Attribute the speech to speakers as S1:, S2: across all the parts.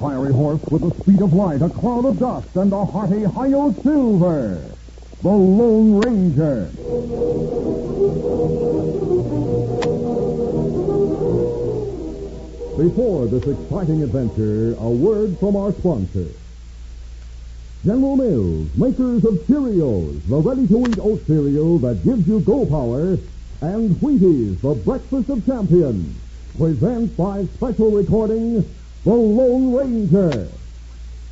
S1: fiery horse with the speed of light, a cloud of dust, and a hearty high silver. The Lone Ranger. Before this exciting adventure, a word from our sponsor. General Mills, makers of Cheerios, the ready-to-eat oat cereal that gives you go power, and Wheaties, the breakfast of champions, present by special recording, The Lone Ranger.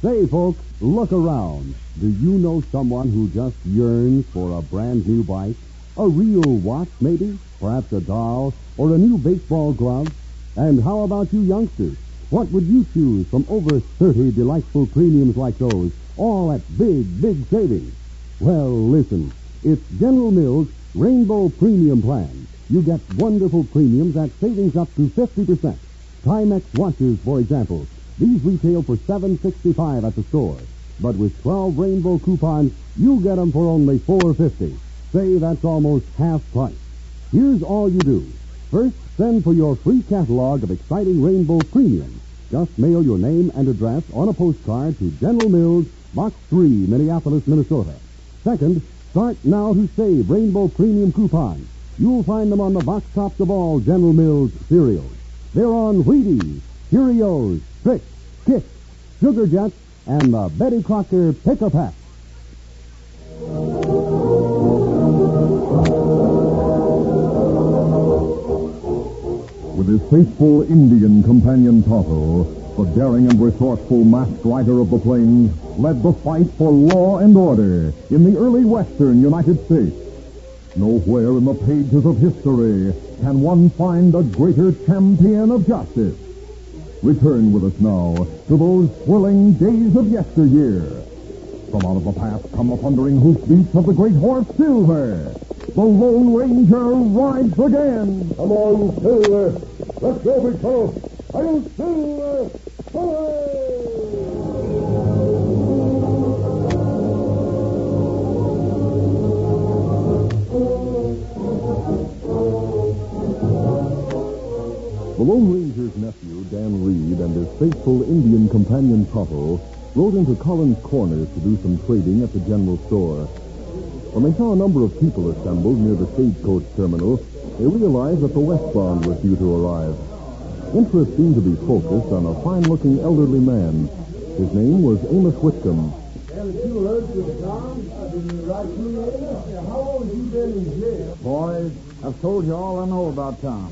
S1: Say, folks, look around. Do you know someone who just yearns for a brand new bike? A real watch, maybe? Perhaps a doll? Or a new baseball glove? And how about you youngsters? What would you choose from over 30 delightful premiums like those, all at big, big savings? Well, listen. It's General Mills Rainbow Premium Plan. You get wonderful premiums at savings up to 50%. Timex watches, for example. These retail for $7.65 at the store. But with 12 rainbow coupons, you get them for only $4.50. Say that's almost half price. Here's all you do. First, send for your free catalog of exciting rainbow premiums. Just mail your name and address on a postcard to General Mills, Box 3, Minneapolis, Minnesota. Second, start now to save rainbow premium coupons. You'll find them on the box tops of all General Mills cereals. They're on Wheaties, Cheerios, Trix, Kix, Sugar Jets, and the Betty Crocker Pick a Pack. With his faithful Indian companion Tonto, the daring and resourceful masked rider of the plains led the fight for law and order in the early western United States. Nowhere in the pages of history can one find a greater champion of justice. Return with us now to those swirling days of yesteryear. From out of the past come the thundering hoofbeats of the great horse Silver. The Lone Ranger rides again. Come on, Silver. Let's go, big fellow. Are you Silver? The Lone Ranger's nephew, Dan Reed, and his faithful Indian companion, Toto, rode into Collins Corners to do some trading at the general store. When they saw a number of people assembled near the stagecoach terminal, they realized that the westbound was due to arrive. Interest seemed to be focused on a fine-looking elderly man. His name was Amos Whitcomb.
S2: Boys, I've told you all I know about Tom.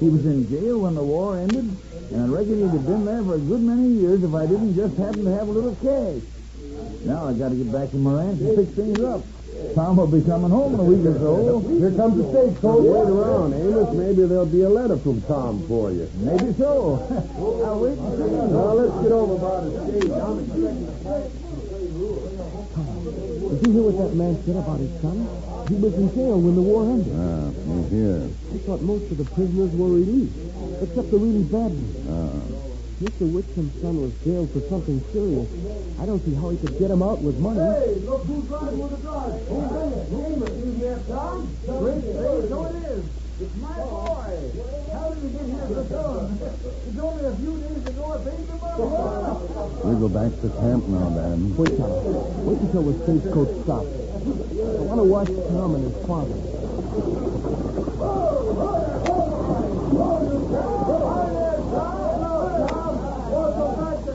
S2: He was in jail when the war ended, and I reckon he'd have been there for a good many years if I didn't just happen to have a little cash. Now I gotta get back to Moran and fix things up. Tom will be coming home in a week or so. Here comes the stagecoach.
S3: Wait around, Amos. Maybe there'll be a letter from Tom for you.
S2: Maybe so. I'll wait and see.
S3: Now, let's get over by the stage. I'm expecting
S4: Did you hear what that man said about his son? He was in jail when the war ended.
S1: Ah, from here.
S4: I thought most of the prisoners were released, except the really bad ones.
S1: Ah.
S4: Mr. Whitcomb's son was jailed for something serious. I don't see how he could get him out with money.
S2: look who's riding with the dog. Who's Amos. Isn't that Tom? Great say, so it is. It's my boy. How did he get here so soon? It's only a few days ago I paid the money.
S1: We go back to camp now, Dan.
S4: Wait, Tom. Wait until the stagecoach stops. I want to watch Tom and his father.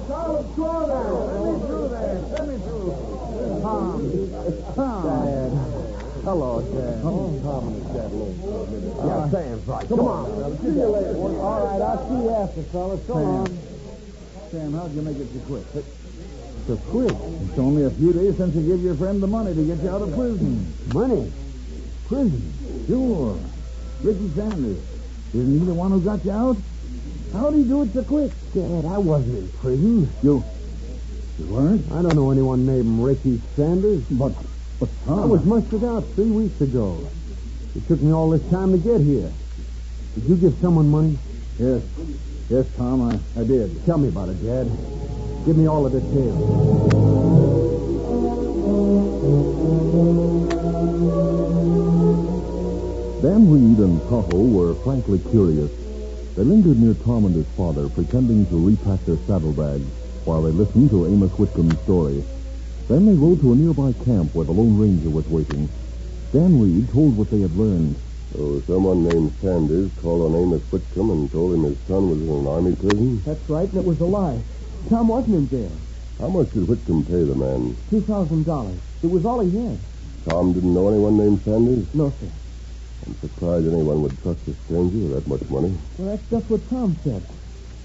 S3: Ah, Hello, Dad. Oh, Tom and his dad alone. Yeah, Sam's right. Come on. See you later.
S4: All right, I'll see you after, fellas. So long.
S2: Sam, how'd you make it so quick?
S3: To quit.
S2: It's only a few days since you gave your friend the money to get you out of prison.
S3: Money.
S2: Prison? Sure. Ricky Sanders. Isn't he the one who got you out? How'd he do it so quick?
S3: Dad, I wasn't in prison.
S2: You. You weren't?
S3: I don't know anyone named Ricky Sanders.
S2: But. But
S3: I was mustered out three weeks ago. It took me all this time to get here. Did you give someone money?
S2: Yes. Yes, Tom, I, I did.
S3: Tell me about it, Dad. Give me all the details.
S1: Dan Reed and Toto were frankly curious. They lingered near Tom and his father, pretending to repack their saddlebags. while they listened to Amos Whitcomb's story. Then they rode to a nearby camp where the Lone Ranger was waiting. Dan Reed told what they had learned.
S5: So Oh, someone named Sanders called on Amos Whitcomb and told him his son was in an army prison?
S4: That's right, and it was a lie. Tom wasn't in jail.
S5: How much did Whitcomb pay the man?
S4: $2,000. It was all he had.
S5: Tom didn't know anyone named Sanders?
S4: No, sir.
S5: I'm surprised anyone would trust a stranger with that much money.
S4: Well, that's just what Tom said.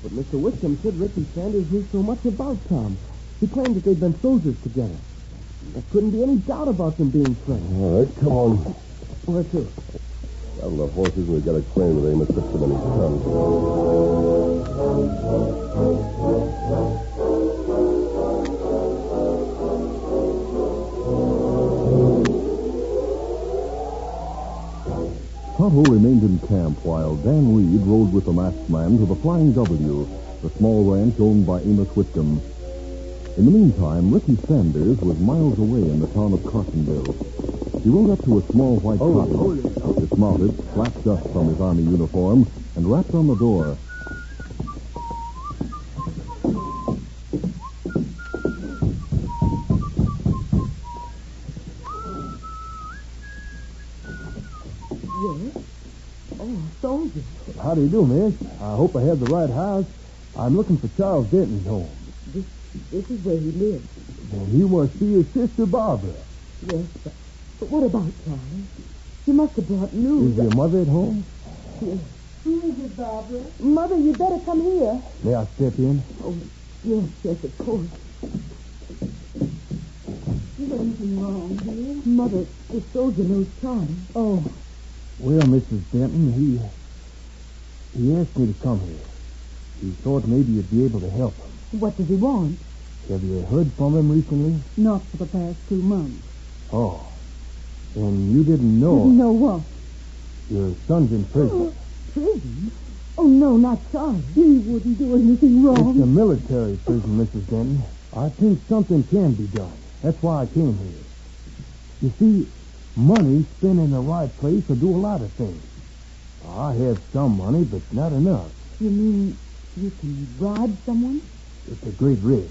S4: But Mr. Whitcomb said Ricky Sanders knew so much about Tom. He claimed that they'd been soldiers together. There couldn't be any doubt about them being friends.
S5: All right, come on.
S4: Where to?
S5: Saddle the horses and we've got a claim with Amos Whitcomb and his son.
S1: Tonto remained in camp while Dan Reed rode with the masked man to the Flying W, the small ranch owned by Amos Whitcomb. In the meantime, Ricky Sanders was miles away in the town of Cottonville. He rode up to a small white
S4: Oh,
S1: cotton, dismounted, slapped dust from his army uniform, and rapped on the door.
S4: Yes. Oh, soldiers.
S3: How do you do, miss? I hope I have the right house. I'm looking for Charles Denton's home.
S4: This is where he lives.
S3: And he wants to see his sister Barbara.
S4: Yes, but, but what about Charlie? He must have brought news.
S3: Is
S1: Mm-hmm.
S3: your mother at home?
S6: Mother, you better come here.
S3: May I step in?
S4: Yes, yes, of course.
S6: Is anything wrong, dear?
S4: Mother, the soldier knows Charlie.
S6: Oh,
S3: Well, Mrs. Denton, he he asked me to come here. He thought maybe you'd be able to help him.
S6: what does he want?
S3: Have you heard from him recently?
S6: Not for the past two months.
S3: Oh. And you didn't know
S6: Didn't know what?
S3: your son's in prison.
S6: Prison? Oh, no, not Charlie. He wouldn't do anything
S3: It's a
S6: wrong.
S3: military prison, Mrs. Denton. I think something can be done. That's why I came here. You see, money spent in the right place will do a lot of things. I have some money, but not enough.
S6: You mean you can bribe someone?
S3: It's a great risk.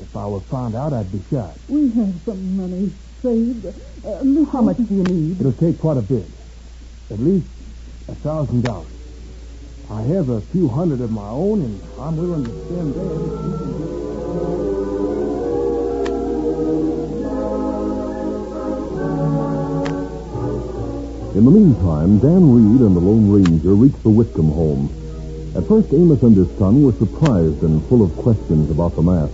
S3: If I were found out, I'd be shot.
S6: We have some money saved. Uh, how much do you need?
S3: It'll take quite a bit. At least a thousand dollars. I have a few hundred of my own, and I'm willing to spend that.
S1: In the meantime, Dan Reed and the Lone Ranger reached the Whitcomb home. At first, Amos and his son were surprised and full of questions about the mask.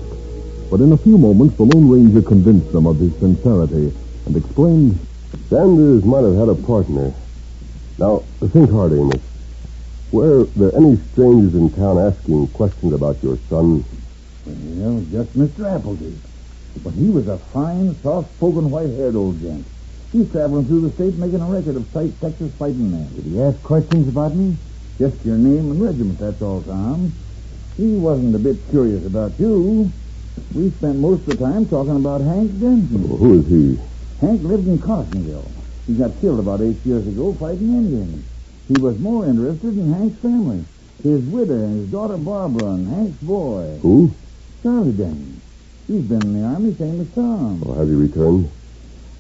S1: But in a few moments, the Lone Ranger convinced them of his sincerity and explained,
S5: Sanders might have had a partner. Now, think hard, Amos. Were there any strangers in town asking questions about your son?
S2: Well, just Mr. Applegate. But he was a fine, soft-spoken, white-haired old gent. He's traveling through the state making a record of sight Texas fighting men.
S3: Did he ask questions about me?
S2: Just your name and regiment, that's all, Tom. He wasn't a bit curious about you. We spent most of the time talking about Hank Denton.
S5: Who is he?
S2: Hank lived in Cottonville. He got killed about eight years ago fighting Indians. He was more interested in Hank's family, his widow and his daughter Barbara and Hank's boy,
S5: Who?
S2: Charlie Denton. He's been in the army, same as Tom.
S5: Or has he returned?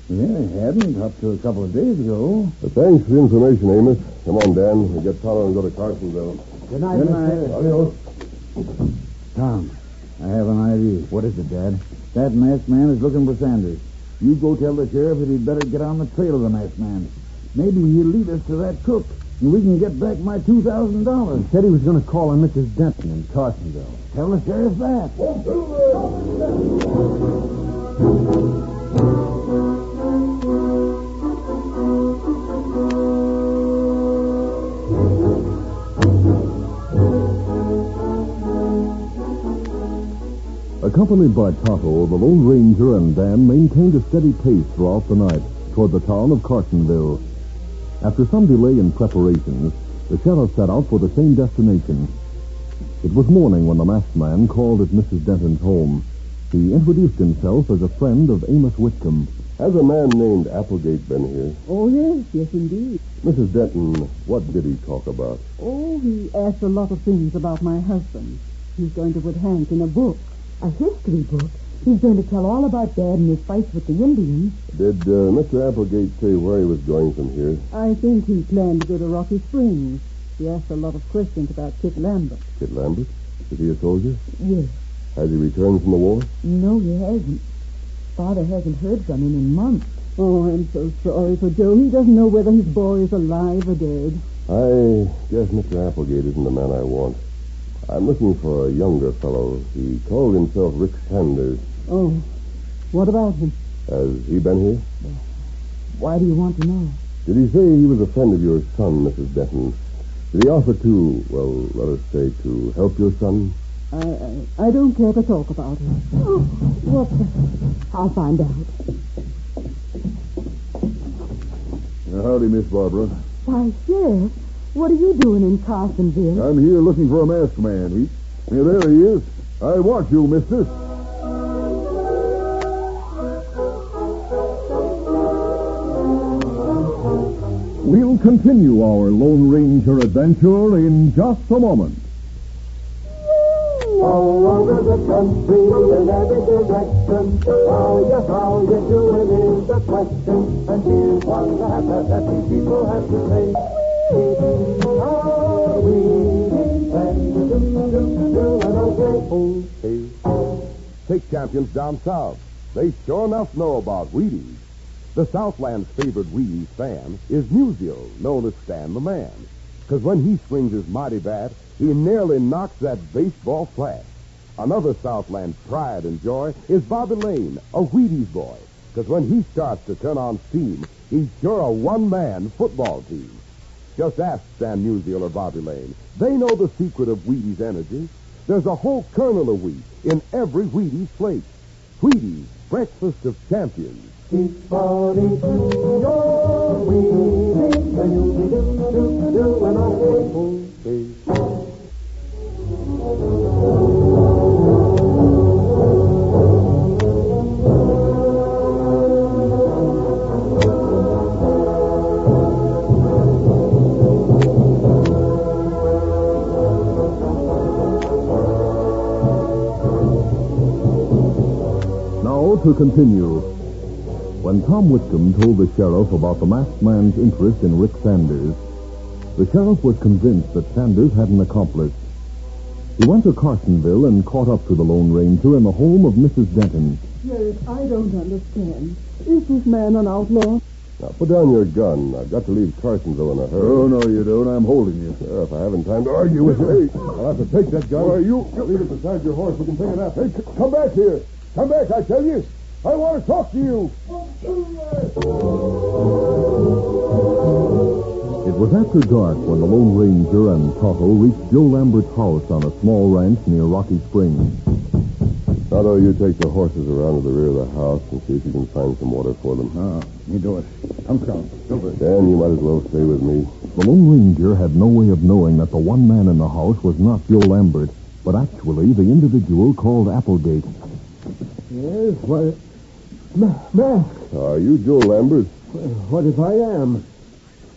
S2: Yeah, he hadn't up to a couple of days ago.
S5: Uh, thanks for the information, Amos. Come on, Dan. We get Tonto and go to Carsonville.
S3: Good night,
S2: Good night.
S5: Adios.
S2: Tom, I have an idea. What is it, Dad? That masked man is looking for Sanders. You go tell the sheriff that he'd better get on the trail of the masked man. Maybe he'll lead us to that cook, and we can get back my two thousand dollars.
S3: Said he was going to call on Mrs. Denton in Carsonville.
S2: Tell the sheriff that.
S1: Accompanied by Tonto, the Lone Ranger and Dan maintained a steady pace throughout the night toward the town of Carsonville. After some delay in preparations, the sheriff set out for the same destination. It was morning when the masked man called at Mrs. Denton's home. He introduced himself as a friend of Amos Whitcomb.
S5: Has a man named Applegate been here?
S6: Oh, yes, yes, indeed.
S5: Mrs. Denton, what did he talk about?
S6: Oh, he asked a lot of things about my husband. He's going to put Hank in a book. a history book. He's going to tell all about Dad and his fights with the Indians.
S5: Did uh, Mr. Applegate say where he was going from here?
S7: I think he planned to go to Rocky Springs. He asked a lot of questions about Kit Lambert.
S5: Kit Lambert? Is he a soldier?
S6: Yes.
S5: Has he returned from the war?
S6: No, he hasn't. Father hasn't heard from him in months.
S7: Oh, I'm so sorry for Joe. He doesn't know whether his boy is alive or dead.
S5: I guess Mr. Applegate isn't the man I want. I'm looking for a younger fellow. He called himself Rick Sanders.
S7: Oh, what about him?
S5: Has he been here?
S7: Why do you want to know?
S5: Did he say he was a friend of your son, Mrs. Denton? Did he offer to, well, let us say, to help your son?
S7: I, I, I don't care to talk about it.
S6: Oh, what the... I'll find out.
S5: howdy, Miss Barbara.
S6: Why, Sheriff, what are you doing in Carsonville?
S5: I'm here looking for a masked man. He, yeah, there he is. I want you, mister.
S1: We'll continue our Lone Ranger adventure in just a moment.
S8: All over the country in every direction. How you, how you doing is the question. And here's one that that we people have to say. How we and do do do and okay.
S5: Hey. Take champions down south. They sure enough know about Wheaties. The Southland's favorite Wheaties fan is Musial, known as Stan the Man. Because when he swings his mighty bat, he nearly knocks that baseball flat. Another Southland pride and joy is Bobby Lane, a Wheaties boy. Because when he starts to turn on steam, he's sure a one-man football team. Just ask Stan Musial or Bobby Lane. They know the secret of Wheaties energy. There's a whole kernel of wheat in every Wheaties flake. Wheaties, breakfast of champions.
S8: Keep on eating your wheat, and you'll be do do do and okay.
S1: Now to continue. When Tom Whitcomb told the sheriff about the masked man's interest in Rick Sanders, the sheriff was convinced that Sanders had an accomplice. He went to Carsonville and caught up to the Lone Ranger in the home of Mrs. Denton.
S7: Sheriff, I don't understand. Is this man an outlaw?
S5: Now, put down your gun. I've got to leave Carsonville in a hurry.
S2: Oh, no, you don't. I'm holding you.
S5: Sheriff, I haven't time to argue with you. Hey,
S2: I'll have to take that gun.
S5: Why, you-
S2: Leave it beside your horse. We can pick it up. Hey, c- come back here. Come back, I tell you. I want to talk to you.
S1: It was after dark when the Lone Ranger and Toto reached Joe Lambert's house on a small ranch near Rocky Springs.
S5: Otto, you take the horses around to the rear of the house and see if you can find some water for them.
S2: Oh, you do it. I'm coming. Over.
S5: Dan, you might as well stay with me.
S1: The Lone Ranger had no way of knowing that the one man in the house was not Joe Lambert, but actually the individual called Applegate.
S2: Yes, what? Ma- mask.
S5: Are you Joe Lambert?
S2: What if I am?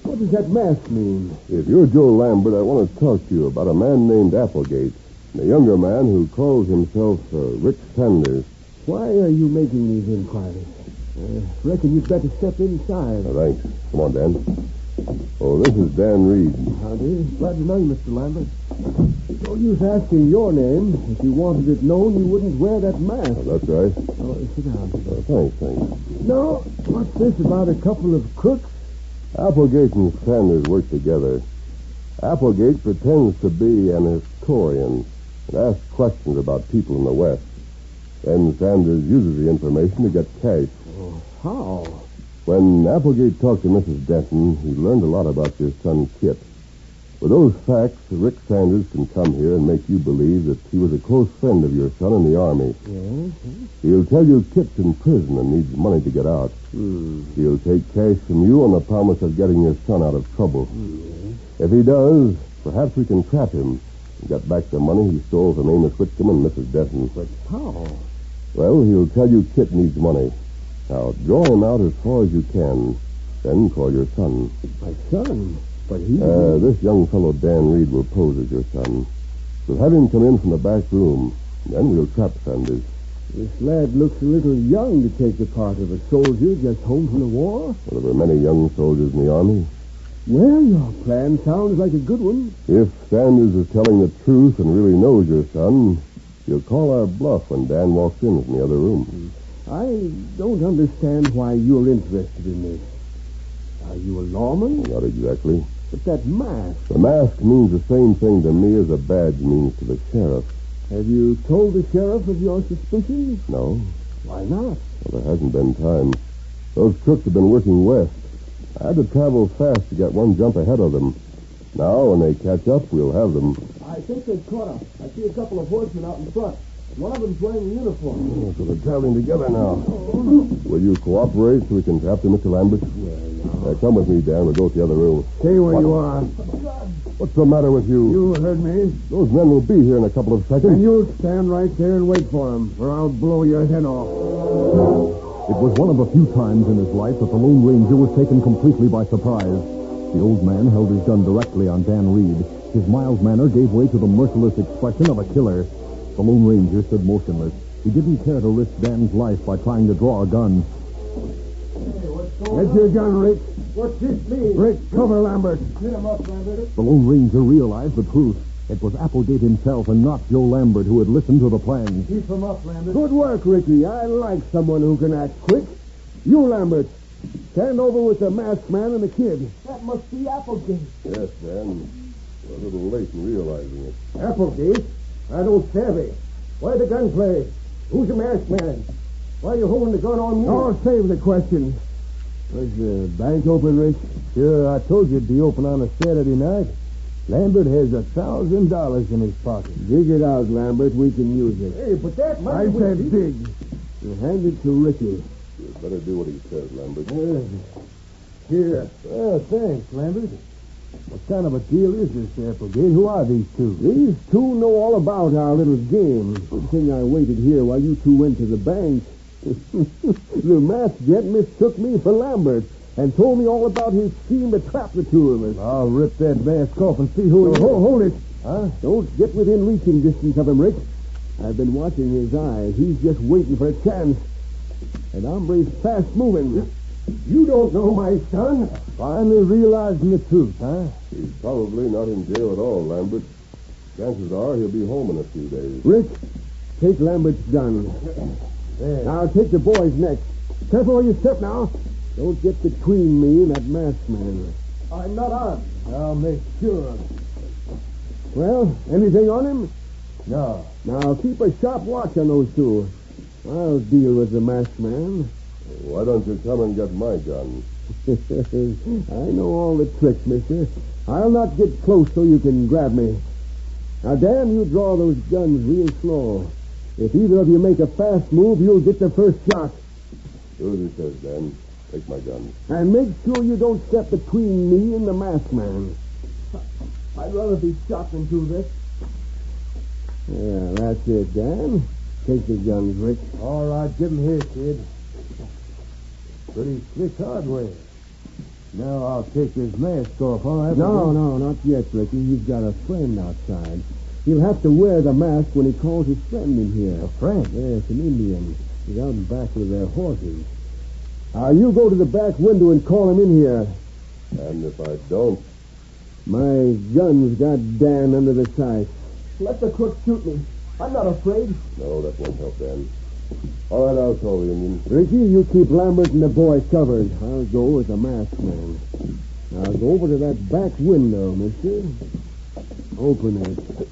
S2: What does that mask mean?
S5: If you're Joe Lambert, I want to talk to you about a man named Applegate, and a younger man who calls himself uh, Rick Sanders.
S2: Why are you making these inquiries? Uh, reckon you'd better step inside.
S5: Oh, thanks. Come on, Dan. Oh, this is Dan Reed.
S2: Howdy. Glad to know you, Mr. Lambert. No use asking your name. If you wanted it known, you wouldn't wear that mask.
S5: Oh, that's right.
S2: Oh, sit down.
S5: Oh, thanks, thanks.
S2: No, what's this about a couple of crooks?
S5: Applegate and Sanders work together. Applegate pretends to be an historian and asks questions about people in the West. Then Sanders uses the information to get cash.
S2: How?
S5: When Applegate talked to Mrs. Denton, he learned a lot about your son, Kit. With those facts, Rick Sanders can come here and make you believe that he was a close friend of your son in the Army.
S2: Yes.
S5: He'll tell you Kit's in prison and needs money to get out.
S2: Hmm.
S5: He'll take cash from you on the promise of getting your son out of trouble. If he does, perhaps we can trap him and get back the money he stole from Amos Whitcomb and Mrs. Denton.
S2: How?
S5: Well, he'll tell you Kit needs money. Now, draw him out as far as you can. Then call your son.
S2: My son. But
S1: Hmm.
S2: he.
S5: Uh, this young fellow, Dan Reed, will pose as your son. We'll have him come in from the back room. Then we'll trap Sanders.
S1: This lad looks a little young to take the part of a soldier just home from the war.
S5: Well, there were many young soldiers in the army.
S1: Well, your plan sounds like a good one.
S5: If Sanders is telling the truth and really knows your son, he'll call our bluff when Dan walks in from the other room.
S1: I don't understand why you're interested in this. Are you a lawman?
S5: Not exactly.
S1: But that mask.
S5: The mask means the same thing to me as a badge means to the sheriff.
S1: Have you told the sheriff of your suspicions?
S5: No.
S1: Why not?
S5: Well, there hasn't been time. Those crooks have been working west. I had to travel fast to get one jump ahead of them. Now, when they catch up, we'll have them.
S2: I think they've caught us. I see a couple of horsemen out in front. One of them's wearing a uniform.
S5: Oh, so they're traveling together now. Will you cooperate so we can trap them, Mr. Lambert? Uh, come with me, Dan. We'll go to the other room.
S1: Stay where you are.
S5: What's the matter with you?
S1: You heard me.
S5: Those men will be here in a couple of
S1: And
S5: seconds.
S1: you stand right there and wait for him, or I'll blow your head off.
S9: It was one of the few times in his life that the Lone Ranger was taken completely by surprise. The old man held his gun directly on Dan Reed. His mild manner gave way to the merciless expression of a killer. The Lone Ranger stood motionless. He didn't care to risk Dan's life by trying to draw a gun.
S1: Get your gun, Rick.
S2: What's this mean?
S1: Rick, cover Lambert.
S2: Hit him up, Lambert.
S9: The Lone Ranger realized the truth. It was Applegate himself and not Joe Lambert who had listened to the plans.
S2: Keep him up, Lambert.
S1: Good work, Ricky. I like someone who can act quick. You, Lambert, stand over with the masked man and the kid.
S2: That must be Applegate.
S5: Yes, Dan. We're a little late in realizing it.
S1: Applegate? I don't savvy. Why the gunplay? Who's the masked man? Why are you holding the gun on me? Oh, save the question. Was the bank open, Rick?
S10: Sure, I told you it'd be open on a Saturday night. Lambert has a thousand dollars in his pocket.
S1: Dig it out, Lambert. We can use it.
S2: Hey, but that
S1: I said dig. You hand it to Ricky.
S5: You better do what he says, Lambert.
S1: Here.
S10: Well, thanks, Lambert. What kind of a deal is this, Applegate? Who are these two?
S1: These two know all about our little game. Good thing I waited here while you two went to the bank. the masked gent mistook me for Lambert and told me all about his scheme to trap the two of us.
S10: I'll rip that mask off and see who it is.
S1: Hold, hold it.
S10: Huh?
S1: Don't get within reaching distance of him, Rick. I've been watching his eyes. He's just waiting for a chance. And hombre's fast moving. You don't know my son.
S10: Finally realizing the truth, huh?
S5: He's probably not in jail at all, Lambert. Chances are he'll be home in a few days.
S1: Rick, take Lambert's gun. Now take the boy's next. Careful where you step now. Don't get between me and that masked man.
S2: I'm not armed.
S10: I'll make sure of it.
S1: Well, anything on him?
S10: No.
S1: Now keep a sharp watch on those two. I'll deal with the masked man.
S5: Why don't you come and get my gun?
S1: I know all the tricks, mister. I'll not get close so you can grab me. Now, Dan, you draw those guns real slow. If either of you make a fast move, you'll get the first shot.
S5: Do as he says, Dan. Take my gun.
S1: And make sure you don't step between me and the masked man.
S2: I'd rather be shot than do this.
S1: Yeah, that's it, Dan. Take the guns, Rick.
S10: All right, give him here, kid. Pretty slick hardware. Now I'll take this mask off, huh?
S1: No,
S10: Applegate?
S1: no, not yet, Ricky. He's got a friend outside. He'll have to wear the mask when he calls his friend in here. A friend? Yes, an Indian. He's out back with their horses. Uh, you go to the back window and call him in here.
S5: And if I don't,
S1: My gun's got Dan under the sight.
S2: Let the crook shoot me. I'm not afraid.
S5: no, that won't help, Dan. All right, I'll call the Indian.
S1: Ricky, you keep Lambert and the boy covered. I'll go with the masked man. Now go over to that back window, mister. Open it.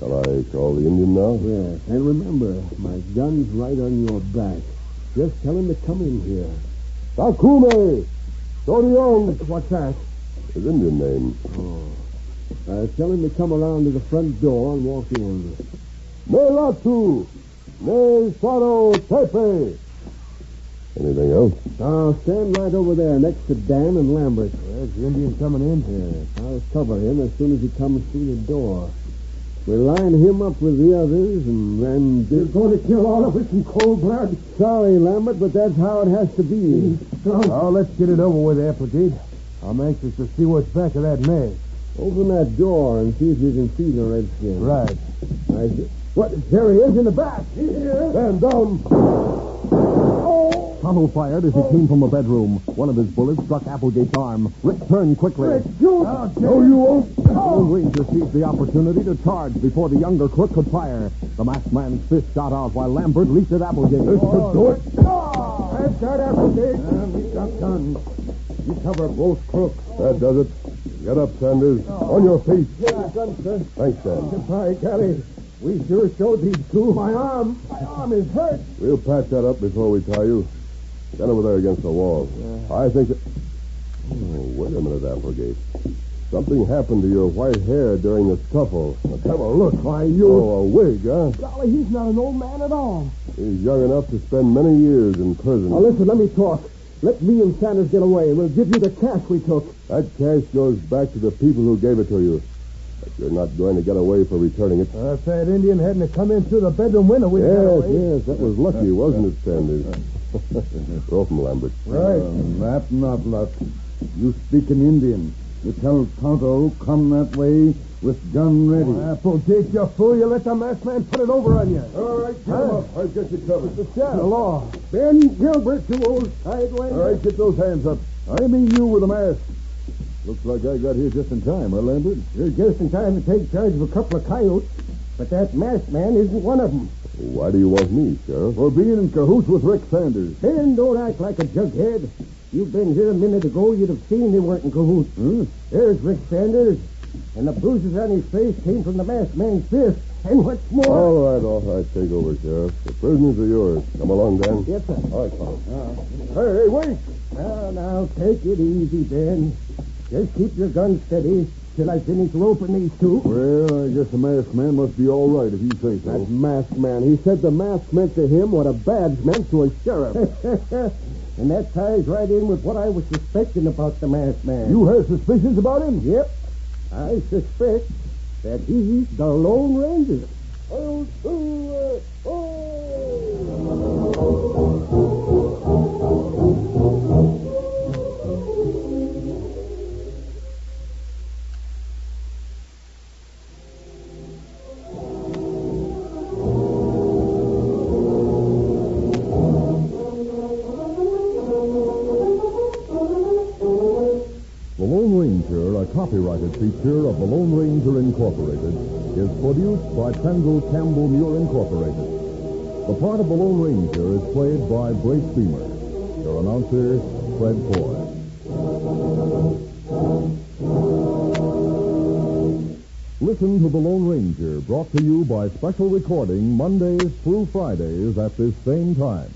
S5: Shall I call the Indian now?
S1: Yes, Oh, and remember, my gun's right on your back. Just tell him to come in here.
S5: Takume! Sorion!
S1: What's that?
S5: His Indian name.
S1: Oh. Uh, tell him to come around to the front door and walk in.
S5: Melatu! Ne Saro Tepe! Anything else?
S1: Now, Oh, stand right over there next to Dan and Lambert.
S10: There's the Indian coming in.
S1: Yes, I'll cover him as soon as he comes through the door. We'll line him up with the others and then... You're going to kill all of us in cold blood? Sorry, Lambert, but that's how it has to be.
S10: Oh, let's get it over with, Applegate. I'm anxious to see what's back of that mask.
S11: Open that door and see if you can see the redskin.
S3: Right.
S11: I see. What? There he is in the back.
S5: Stand down.
S1: Tonto fired as he came from the bedroom. One of his bullets struck Applegate's arm. Rick turned quickly.
S5: Rick,
S1: shoot!
S11: Oh,
S1: no, you Oh. won't. Lone Ranger seized the opportunity to charge before the younger crook could fire. The masked man's fist shot out while Lambert leaped at Applegate.
S5: This
S2: Oh,
S5: should do it.
S2: I've got Applegate.
S5: we got guns. You cover both crooks. That does it. Get up, Sanders. On your feet. Thanks, Sam.
S2: By golly, we sure showed these two. My arm, my arm is hurt.
S5: We'll patch that up before we tie you. Stand over there against the wall. I think that... Oh, wait a minute, Applegate. Something happened to your white hair during the scuffle. Let's have a look. Why, you... Oh, a wig, huh?
S4: Golly, he's not an old man at all.
S5: He's young enough to spend many years in prison.
S4: Now, listen, let me talk. Let me and Sanders get away. We'll give you the cash we took.
S5: That cash goes back to the people who gave it to you. But you're not going to get away for returning it.
S2: If that Indian hadn't have come in through the bedroom window, we'd have
S5: yes,
S2: got away.
S5: yes, that was lucky, wasn't it, Sanders? Welcome, Lambert.
S2: Right.
S5: that not luck. You speak in Indian. You tell Tonto come that way with gun ready.
S2: Applegate, you fool. You let the masked man put it over on you.
S5: All right, come
S2: Huh?
S5: up. Oh, I'll get you covered.
S2: The law.
S5: Ben Gilbert, you old sideways. All right, get those hands up. I mean you with a mask. Looks like I got here just in time, huh, Lambert?
S2: You're just in time to take charge of a couple of coyotes, but that masked man isn't one of them.
S5: Why do you want me, Sheriff? For being in cahoots with Rick Sanders.
S2: Ben, don't act like a jughead. You've been here a minute ago, you'd have seen they weren't in cahoots. There's Rick Sanders, and the bruises on his face came from the masked man's fist. And what's more...
S5: All right, all right. Take over, Sheriff. The prisoners are yours. Come along, Dan.
S2: Yes, sir.
S5: All right, Tom.
S2: Hey, hey, wait! Now, now, take it easy, Ben. Just keep your gun steady till I finish roping these two.
S5: Well, I guess the masked man must be all right if you say so.
S11: That masked man. He said the mask meant to him what a badge meant to a sheriff.
S2: and that ties right in with what I was suspecting about the masked man.
S5: You have suspicions about him?
S2: Yep. I suspect that he's the Lone Ranger.
S5: Oh,
S1: The Lone Ranger, a copyrighted feature of The Lone Ranger Incorporated, is produced by Pendle Campbell Muir Incorporated. The part of The Lone Ranger is played by Blake Beamer. Your announcer, Fred Ford. Listen to The Lone Ranger, brought to you by special recording Mondays through Fridays at this same time.